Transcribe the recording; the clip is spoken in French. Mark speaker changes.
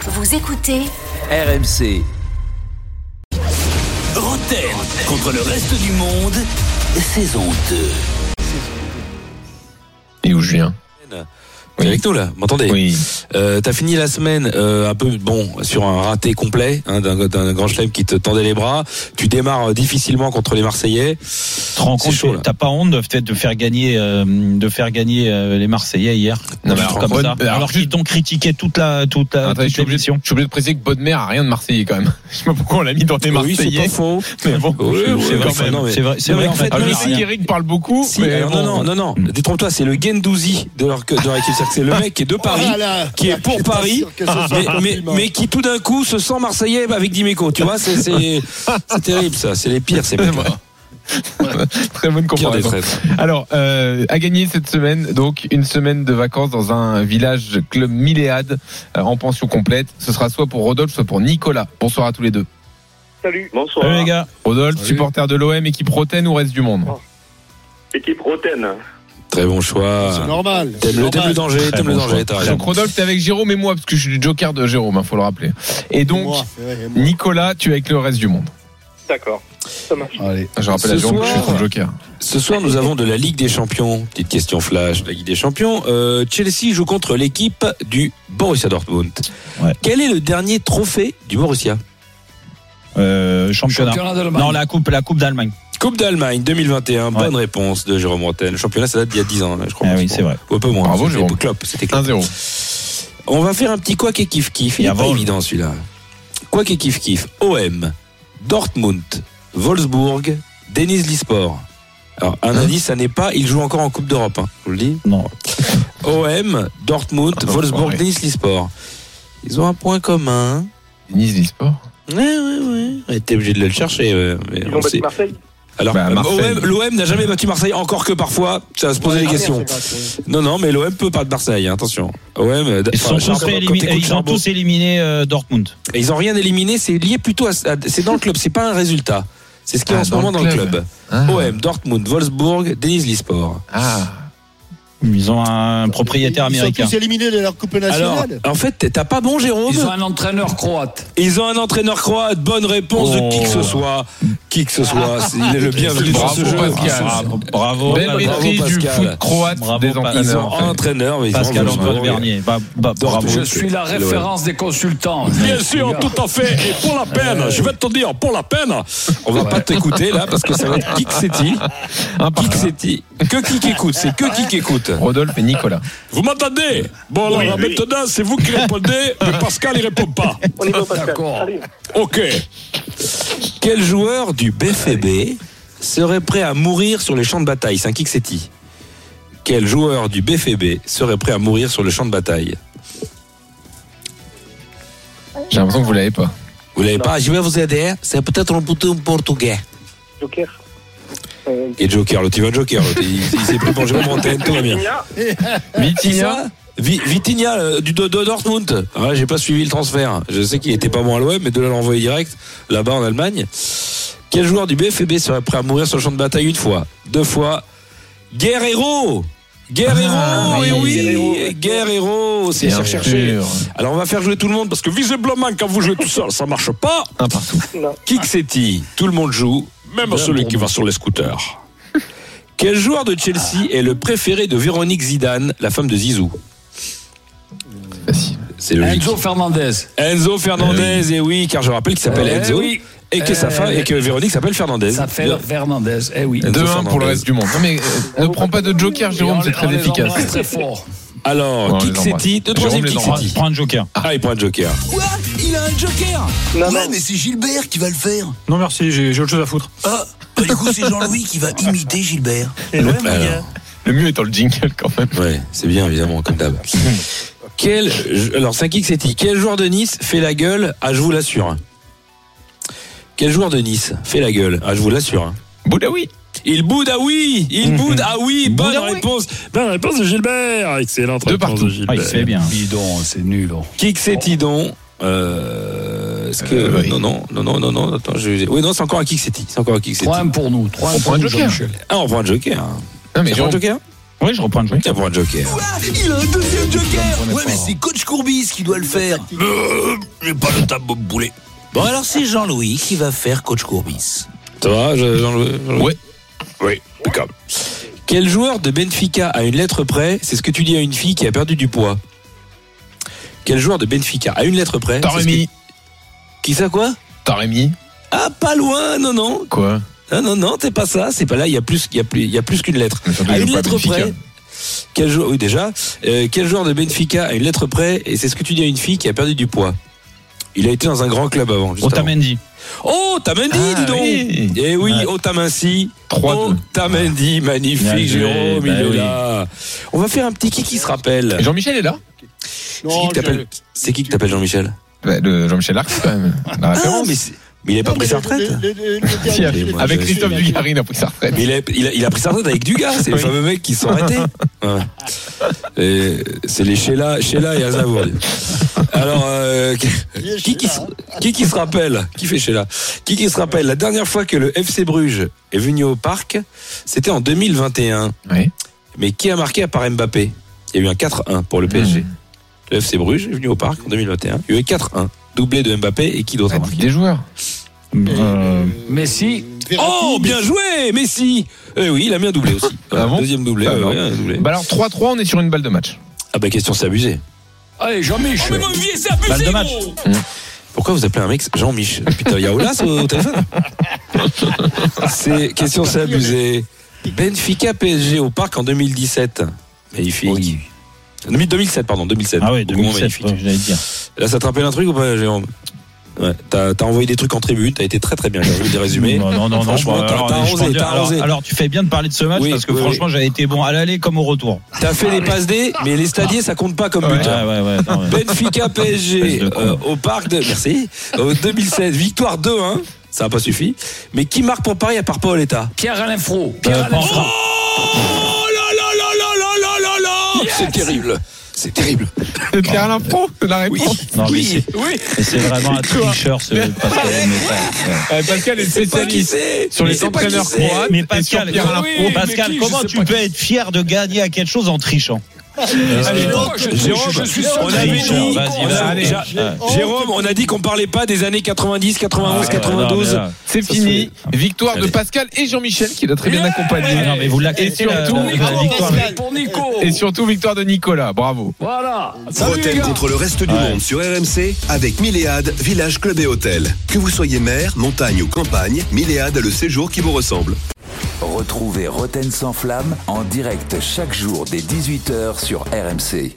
Speaker 1: Vous écoutez
Speaker 2: RMC.
Speaker 3: Roten contre le reste du monde, saison 2.
Speaker 4: Et où je viens
Speaker 3: T'es avec nous là, m'entendez
Speaker 4: Oui.
Speaker 3: Euh, T'as fini la semaine euh, un peu bon sur un raté complet hein, d'un d'un grand chelem qui te tendait les bras. Tu démarres euh, difficilement contre les Marseillais.
Speaker 5: Tu te rends
Speaker 3: C'est
Speaker 5: compte
Speaker 3: chaud,
Speaker 5: que
Speaker 3: là.
Speaker 5: t'as pas honte de peut-être de faire gagner euh, de faire gagner euh, les Marseillais hier
Speaker 4: Non, mais
Speaker 5: Un truc
Speaker 4: alors,
Speaker 5: comme
Speaker 4: bonne-
Speaker 5: ça.
Speaker 4: alors,
Speaker 5: alors, qu'ils t'ont critiqué toute la toute
Speaker 3: Ah,
Speaker 5: la
Speaker 4: Attends, je
Speaker 5: toute
Speaker 4: suis obligé je
Speaker 5: l'émission.
Speaker 4: suis obligé de préciser que Bodmer a rien de Marseillais quand même. Je sais pas pourquoi on l'a mis dans les
Speaker 3: oui, c'est
Speaker 4: Marseillais.
Speaker 3: pas faux.
Speaker 4: mais bon,
Speaker 3: Oui, oui,
Speaker 4: c'est
Speaker 3: oui,
Speaker 4: quand
Speaker 3: enfin,
Speaker 4: même.
Speaker 3: non, mais-
Speaker 5: C'est vrai, c'est
Speaker 3: Non, mais
Speaker 5: vrai
Speaker 3: en
Speaker 5: en fait.
Speaker 3: fait,
Speaker 5: on
Speaker 4: Alors,
Speaker 3: le
Speaker 5: a
Speaker 4: je
Speaker 3: mec,
Speaker 4: sais
Speaker 5: rien.
Speaker 4: qu'Eric parle beaucoup,
Speaker 3: Si,
Speaker 4: mais
Speaker 3: alors,
Speaker 4: bon.
Speaker 3: non, non, non, non. Détrompe-toi, c'est le Gendouzi de leur, de leur équipe. C'est le mec qui est de Paris, qui est pour Paris, mais, mais, mais qui tout d'un coup se sent Marseillais avec Dimeco. Tu vois, c'est c'est- c'est terrible ça. C'est les pires, ces
Speaker 4: C'est
Speaker 3: mecs-là.
Speaker 4: bon. Très bonne
Speaker 3: Pire des
Speaker 4: comparaison.
Speaker 3: traîtres.
Speaker 4: Alors, euh, à gagner cette semaine, donc une semaine de vacances dans un village club Milléade euh, en pension complète. Ce sera soit pour Rodolphe, soit pour Nicolas. Bonsoir à tous les deux.
Speaker 6: Salut.
Speaker 7: Bonsoir.
Speaker 5: Salut les gars.
Speaker 4: Rodolphe, supporter de l'OM, équipe Roten ou reste du monde
Speaker 7: Équipe Roten.
Speaker 3: Très bon choix.
Speaker 6: C'est Ah. normal.
Speaker 3: T'aimes le, t'aimes le danger, t'aimes le danger, t'as raison.
Speaker 4: Donc Rodolphe, t'es avec Jérôme et moi, parce que je suis le joker de Jérôme, hein, faut le rappeler. Et donc, Nicolas, tu es avec le reste du monde.
Speaker 7: D'accord.
Speaker 6: Allez.
Speaker 4: Je rappelle
Speaker 3: Ce
Speaker 4: à Jérôme que je suis
Speaker 3: soir-
Speaker 4: son joker.
Speaker 3: Ce soir, nous avons de la Ligue des Champions. Petite question flash, de la Ligue des Champions. Euh, Chelsea joue contre l'équipe du Borussia Dortmund.
Speaker 5: Ouais.
Speaker 3: Quel est le dernier trophée du Borussia
Speaker 5: Euh, championnat.
Speaker 6: d'Allemagne.
Speaker 5: Non la coupe la coupe d'Allemagne.
Speaker 3: Coupe d'Allemagne 2021. Bonne réponse de Jérôme Rotten. Le championnat, ça date d'il y a 10 ans, là, je crois.
Speaker 5: Ah oui c'est vrai. Ah.
Speaker 3: Ou un peu moins.
Speaker 4: Bravo,
Speaker 3: C'était
Speaker 4: Jérôme.
Speaker 3: Klopp, c'était Klopp.
Speaker 4: 1-0.
Speaker 3: On va faire un petit quoi et kiff kiff. Il
Speaker 5: Et
Speaker 3: est pas
Speaker 5: avant-
Speaker 3: évident celui-là. Quoi et kiff kiff. OM, Dortmund, Wolfsburg, Denise Lisport. Alors un indice, ça n'est pas. Il joue encore en Coupe d'Europe. hein, je vous le dis.
Speaker 5: Hein Non.
Speaker 3: OM, Dortmund,
Speaker 4: Ah,
Speaker 3: Wolfsburg,
Speaker 4: ouais.
Speaker 3: Denise Lisport. Ils ont un point commun.
Speaker 4: Nice d'e-sport.
Speaker 3: Ouais, ouais, ouais. On était obligé de le chercher. ouais, mais
Speaker 7: Ils
Speaker 3: on
Speaker 7: ont battu
Speaker 3: sait.
Speaker 7: Marseille
Speaker 3: Alors,
Speaker 4: Bah, Marseille.
Speaker 3: OM, l'OM n'a jamais battu Marseille, encore que parfois, ça va se poser des questions. Non, non, mais l'OM peut pas de Marseille, hein, attention. OM, euh,
Speaker 5: Ils
Speaker 3: enfin,
Speaker 5: sont tous
Speaker 3: Charbon- quand
Speaker 5: éliminés.
Speaker 3: t'écoutes
Speaker 5: Ils ont
Speaker 3: Charbon-
Speaker 5: tous éliminé euh, Dortmund.
Speaker 3: Et ils ont rien éliminé, c'est lié plutôt à, à- c'est dans le club, c'est pas un résultat. C'est ce qu'il y a
Speaker 4: Ah,
Speaker 3: en ce
Speaker 4: dans
Speaker 3: moment
Speaker 4: le
Speaker 3: dans le
Speaker 4: club.
Speaker 3: club.
Speaker 4: Ah.
Speaker 3: OM, Dortmund, Wolfsburg, Denise Lisport.
Speaker 4: Ah.
Speaker 5: Ils ont un propriétaire
Speaker 6: Ils
Speaker 5: américain.
Speaker 6: sont tous éliminés de leur Coupe
Speaker 3: Alors,
Speaker 6: nationale.
Speaker 3: en fait, t'as pas bon, Jérôme
Speaker 8: Ils ont un entraîneur croate.
Speaker 3: Ils ont un entraîneur croate. Bonne réponse de qui que ce soit. Qui que ce soit. Il est le bienvenu dans
Speaker 4: Bravo,
Speaker 3: ce jeu.
Speaker 4: Pascal.
Speaker 3: Ah,
Speaker 5: Bravo, bravo,
Speaker 4: Belle
Speaker 5: bravo,
Speaker 4: maîtrise du
Speaker 3: Pascal.
Speaker 4: foot croate
Speaker 5: Bravo,
Speaker 4: des
Speaker 5: Pascal.
Speaker 3: Ils
Speaker 4: entraîneurs.
Speaker 3: ont un entraîneur, mais ils
Speaker 5: Pascal
Speaker 3: ont
Speaker 5: Antoine Bernier. Bah, bah, bravo.
Speaker 3: Dortmund.
Speaker 8: Je suis la
Speaker 3: C'est
Speaker 8: référence des consultants.
Speaker 3: Bien sûr, tout à fait. Et pour la peine,
Speaker 4: Euh.
Speaker 3: je vais te dire, pour la peine, on va pas t'écouter là parce que ça va être qui que c'est-il
Speaker 4: Un par
Speaker 3: Qui que c'est-il Que qui qu'écoute C'est que qui qu'écoute
Speaker 4: Rodolphe et Nicolas.
Speaker 3: Vous m'entendez Bon, alors là, maintenant, c'est vous qui répondez, mais Pascal, il répond pas.
Speaker 7: On y va, Pascal.
Speaker 8: D'accord.
Speaker 7: Allez.
Speaker 3: Ok. Quel joueur du BFB serait prêt à mourir sur les champs de bataille C'est un Kixetti. Quel joueur du BFB serait prêt à mourir sur le champ de bataille
Speaker 4: J'ai l'impression que vous l'avez pas.
Speaker 3: Vous l'avez pas Je vais vous aider. C'est peut-être un bouton portugais.
Speaker 7: Joker. Euh,
Speaker 3: Et Joker, l'autre, il va Joker. l'autre. Il, il s'est pris pour Jérôme Brantène, tout va bien.
Speaker 7: Vigna,
Speaker 3: Qui ça Vi- Vitinha euh, du de, de Dortmund. Ah ouais, j'ai pas suivi le transfert. Je sais qu'il était pas bon à l'OM, mais de là l'envoyer direct là-bas en Allemagne. Quel joueur du BFB serait prêt à mourir sur le champ de bataille une fois, deux fois Guerrero. Guerrero,
Speaker 4: Ah,
Speaker 3: eh
Speaker 4: oui,
Speaker 3: oui, Guerrero, c'est
Speaker 4: Bien
Speaker 3: recherché.
Speaker 4: sûr.
Speaker 3: Alors on va faire jouer tout le monde parce que visiblement quand vous jouez tout seul, ça marche pas.
Speaker 4: Un partout.
Speaker 3: Kixetti, tout le monde joue, même celui qui va sur les scooters. Quel joueur de Chelsea est le préféré de Véronique Zidane, la femme de Zizou
Speaker 4: Facile. Eh
Speaker 3: C'est logique.
Speaker 8: Enzo Fernandez.
Speaker 3: Enzo Fernandez, et oui, car je rappelle qu'il s'appelle
Speaker 8: Eh
Speaker 3: Enzo
Speaker 8: oui.
Speaker 3: et que
Speaker 8: Eh
Speaker 3: sa femme
Speaker 8: oui.
Speaker 3: et que Véronique s'appelle Fernandez.
Speaker 8: Ça fait
Speaker 3: Bien.
Speaker 8: Fernandez. Eh oui.
Speaker 3: Enzo
Speaker 4: 2-1 pour le
Speaker 3: Fernandez.
Speaker 4: reste du monde. Non mais euh, ne prends pas de joker,
Speaker 8: Et
Speaker 4: Jérôme,
Speaker 8: on
Speaker 4: c'est
Speaker 8: les- on
Speaker 4: très
Speaker 8: les
Speaker 4: efficace.
Speaker 8: embrasse très fort.
Speaker 3: Alors,
Speaker 4: Bon, on les
Speaker 3: Kixetti,
Speaker 4: embrasse.
Speaker 3: de troisième
Speaker 4: Jérôme les
Speaker 5: Prends-
Speaker 3: Kixetti.
Speaker 5: Prends un joker.
Speaker 3: Ah, il prend un joker.
Speaker 2: Quoi Il a un joker
Speaker 7: Non,
Speaker 9: Ouais,
Speaker 7: non.
Speaker 9: mais c'est Gilbert qui va le faire.
Speaker 5: Non merci, j'ai autre chose à foutre.
Speaker 9: Ah, bah, du coup, c'est Jean-Louis qui va imiter Gilbert.
Speaker 3: Alors,
Speaker 4: Le mieux étant le jingle quand même.
Speaker 3: ouais, c'est bien évidemment comme d'hab. Quel alors c'est un Kixetti. Quel joueur de Nice fait la gueule Ah, je vous l'assure. Quel joueur de Nice fait la gueule Ah, je vous l'assure.
Speaker 4: Boudaoui.
Speaker 3: Il boude, ah oui Il boude, ah oui Bonne
Speaker 5: Boude, ah oui.
Speaker 3: réponse Bonne réponse de Gilbert Excellente
Speaker 4: Deux
Speaker 3: réponse
Speaker 4: partout.
Speaker 3: de
Speaker 5: Ah,
Speaker 3: Gilbert.
Speaker 5: il se fait bien.
Speaker 8: Bidon, c'est nul. oh.
Speaker 3: Kixetidon. Euh, est-ce que.
Speaker 4: Euh, oui.
Speaker 3: Non, non, non, non, non, non, attends, je. Oui, non, c'est encore un Kixetti. C'est encore un Kixetti.
Speaker 8: Trois 1 pour nous. Trois
Speaker 4: On
Speaker 8: un
Speaker 4: prend
Speaker 8: pour
Speaker 4: un
Speaker 8: nous,
Speaker 4: joker.
Speaker 8: Jean-Michel.
Speaker 3: Ah, on prend un Joker.
Speaker 4: Non mais
Speaker 3: Tu prends un
Speaker 4: Jérôme,
Speaker 3: Joker
Speaker 5: Oui, je reprends le jeu.
Speaker 3: Tiens pour un joker.
Speaker 9: Il a un deuxième
Speaker 5: On est
Speaker 9: joker Ouais,
Speaker 5: fort.
Speaker 9: mais c'est Coach Courbis qui doit le faire. Euh, J'ai pas le tableau de boulet. Bon, alors c'est Jean-Louis qui va faire Coach Courbis.
Speaker 3: Ça va, je- Jean-Louis Jean-Louis
Speaker 4: Ouais.
Speaker 3: Oui, impeccable. Quel joueur de Benfica à une lettre près C'est ce que tu dis à une fille qui a perdu du poids. Quel joueur de Benfica à une lettre près c'est ce que-
Speaker 4: Taremi.
Speaker 3: Qui ça quoi
Speaker 4: Taremi.
Speaker 3: Ah, pas loin, non, non. Ah,
Speaker 4: Quoi
Speaker 3: Non, non, non, t'es pas ça, c'est pas là, il y a plus, il y a plus, il y a plus qu'une lettre.
Speaker 4: Mais surtout,
Speaker 3: À
Speaker 4: il
Speaker 3: une
Speaker 4: joue pas à
Speaker 3: lettre
Speaker 4: Benfica.
Speaker 3: près. Quel joueur, oui, déjà. Euh, quel joueur de Benfica à une lettre près Et c'est ce que tu dis à une fille qui a perdu du poids. Il a été dans un grand club avant, juste avant.
Speaker 5: Otamendi.
Speaker 3: Oh, Otamendi,
Speaker 4: Ah,
Speaker 3: dis donc
Speaker 4: oui.
Speaker 3: Eh oui,
Speaker 5: Ouais.
Speaker 3: Otamendi.
Speaker 4: 3-2.
Speaker 3: Otamendi,
Speaker 5: Bien joué,
Speaker 3: magnifique, Jérôme, il
Speaker 5: bah
Speaker 3: est
Speaker 5: oui.
Speaker 3: là. On va faire un petit qui qui se rappelle.
Speaker 4: Et Jean-Michel est là
Speaker 3: C'est qui que t'appelles C'est qui que t'appelles Jean-Michel
Speaker 5: Ah,
Speaker 4: Bah, le Jean-Michel Larc, quand même. La
Speaker 3: Ah,
Speaker 4: référence.
Speaker 3: mais, c'est- mais il a pas pris sa retraite
Speaker 4: Si,
Speaker 3: mais
Speaker 4: avec,
Speaker 3: moi,
Speaker 4: avec
Speaker 3: je-
Speaker 4: Christophe Dugarry, il a pris sa retraite.
Speaker 3: Mais il a, il a- il a pris sa retraite avec Dugas, c'est le fameux mec qui se sont arrêtés. Ouais. Et C'est les Sheila, Sheila et Aznavour. Alors, euh, qui, qui, se- qui qui se rappelle Qui fait Sheila Qui qui se rappelle La dernière fois que le FC Bruges est venu au parc, c'était en 2021.
Speaker 4: Oui.
Speaker 3: Mais qui a marqué à part Mbappé Il y a eu un 4-1 pour le PSG. Le FC Bruges est venu au parc en 2021. Il y a eu 4-1. Doublé de Mbappé et qui d'autre a
Speaker 4: Ah,
Speaker 3: marqué
Speaker 4: dites des joueurs.
Speaker 5: Euh,
Speaker 8: Messi.
Speaker 3: Oh, bien joué, Messi Eh oui, il a mis un doublé aussi.
Speaker 4: Ah bon
Speaker 3: Deuxième doublé.
Speaker 4: Ah
Speaker 3: ouais,
Speaker 4: non.
Speaker 3: ouais, un doublé.
Speaker 4: Bah alors 3-3, on est sur une balle de match.
Speaker 3: Ah bah question c'est abusé. Mmh.
Speaker 8: Allez, Jean-Mich.
Speaker 5: balle de match.
Speaker 3: Pourquoi vous appelez un mec Jean-Mich Putain, il y a Olas au, au téléphone C'est question c'est abusé. Benfica PSG au parc en 2017. Magnifique. 2007 pardon, 2007.
Speaker 5: Ah oui,
Speaker 3: Beaucoup moins
Speaker 5: 2007, ouais, j'allais dire.
Speaker 3: Là ça te rappelle un truc ou pas Jérôme Ouais, t'as t'as envoyé des trucs en tribune, t'as été très très bien, j'ai envie de les résumer.
Speaker 5: Non, non, non, non.
Speaker 3: Franchement,
Speaker 5: bon,
Speaker 3: t'as-
Speaker 5: alors,
Speaker 3: t'as
Speaker 5: je
Speaker 3: arrosé,
Speaker 5: pense
Speaker 3: t'as
Speaker 5: bien. Alors-
Speaker 3: arrosé.
Speaker 5: Alors, tu fais bien de parler de ce match
Speaker 3: Oui,
Speaker 5: parce que
Speaker 3: oui, oui.
Speaker 5: franchement, j'avais été bon à l'aller comme au retour.
Speaker 3: T'as fait les passes D, mais les stadiers ça compte pas comme but.
Speaker 5: Ah
Speaker 3: hein.
Speaker 5: Ouais, ouais, ouais. non, ouais.
Speaker 3: Benfica PSG euh, au parc de merci au 2016 victoire 2-1 ça n'a pas suffi mais qui marque pour Paris à part Paul Eta
Speaker 8: Pierre-Alain Fro. Pierre-Alain
Speaker 5: Pan-
Speaker 8: Fro.
Speaker 3: oh là là là là là là là là c'est terrible c'est terrible
Speaker 4: C'est Pierre-Alain Pro, la
Speaker 3: oui
Speaker 4: réponse.
Speaker 5: Non, mais
Speaker 3: oui oui
Speaker 5: Et C'est vraiment un tricheur ce Pascal. mais ouais, ouais.
Speaker 4: Euh, Pascal est
Speaker 3: c'est pas qui
Speaker 4: spécialiste
Speaker 3: c'est
Speaker 4: sur
Speaker 3: Mais
Speaker 4: les
Speaker 3: c'est pas qui
Speaker 4: entraîneurs
Speaker 3: c'est.
Speaker 4: croates.
Speaker 5: Mais
Speaker 4: et sur
Speaker 5: Pascal,
Speaker 4: Pierre-Alain
Speaker 5: oui,
Speaker 4: Pro.
Speaker 5: mais Pascal, comment tu peux être fier de gagner à quelque chose en trichant
Speaker 3: Allez,
Speaker 5: Euh,
Speaker 3: donc, Jérôme, on
Speaker 5: sûr.
Speaker 3: avait dit
Speaker 5: Tricheur, vas-y,
Speaker 3: qu'on-
Speaker 5: vas-y.
Speaker 3: Allez, Ja- Jérôme on a dit qu'on parlait pas des années 90 91
Speaker 5: Ah, non,
Speaker 3: 92
Speaker 5: mais là-
Speaker 4: C'est
Speaker 3: Ça,
Speaker 4: fini. Victoire de
Speaker 3: Allez.
Speaker 4: Pascal et Jean-Michel qui l'a très bien accompagné.
Speaker 5: Ah non, mais vous la
Speaker 4: et
Speaker 5: cassez, la-
Speaker 4: surtout,
Speaker 5: la- la victoire.
Speaker 8: Pour Nico.
Speaker 4: et surtout victoire de Nicolas. Bravo.
Speaker 8: Voilà. Salut, les
Speaker 1: Roten
Speaker 8: gars.
Speaker 1: contre le reste du
Speaker 5: Ouais.
Speaker 1: monde sur RMC avec Milléade, village, club et hôtel. Que vous soyez mer, montagne ou campagne, Milléade a le séjour qui vous ressemble.
Speaker 2: Retrouvez Roten sans flamme en direct chaque jour dès 18h sur RMC.